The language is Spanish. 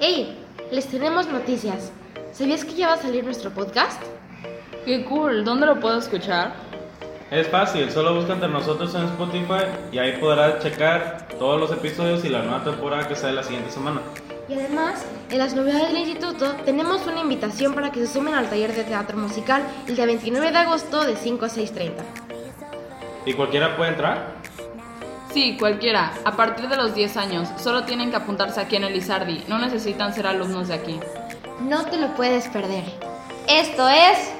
¡Hey! Les tenemos noticias. ¿Sabías que ya va a salir nuestro podcast? ¡Qué cool! ¿Dónde lo puedo escuchar? Es fácil, solo busca entre nosotros en Spotify y ahí podrás checar todos los episodios y la nueva temporada que sale la siguiente semana. Y además, en las novedades del instituto tenemos una invitación para que se sumen al taller de teatro musical el día 29 de agosto de 5 a 6.30. ¿Y cualquiera puede entrar? Sí, cualquiera. A partir de los 10 años, solo tienen que apuntarse aquí en Elizardi. No necesitan ser alumnos de aquí. No te lo puedes perder. Esto es...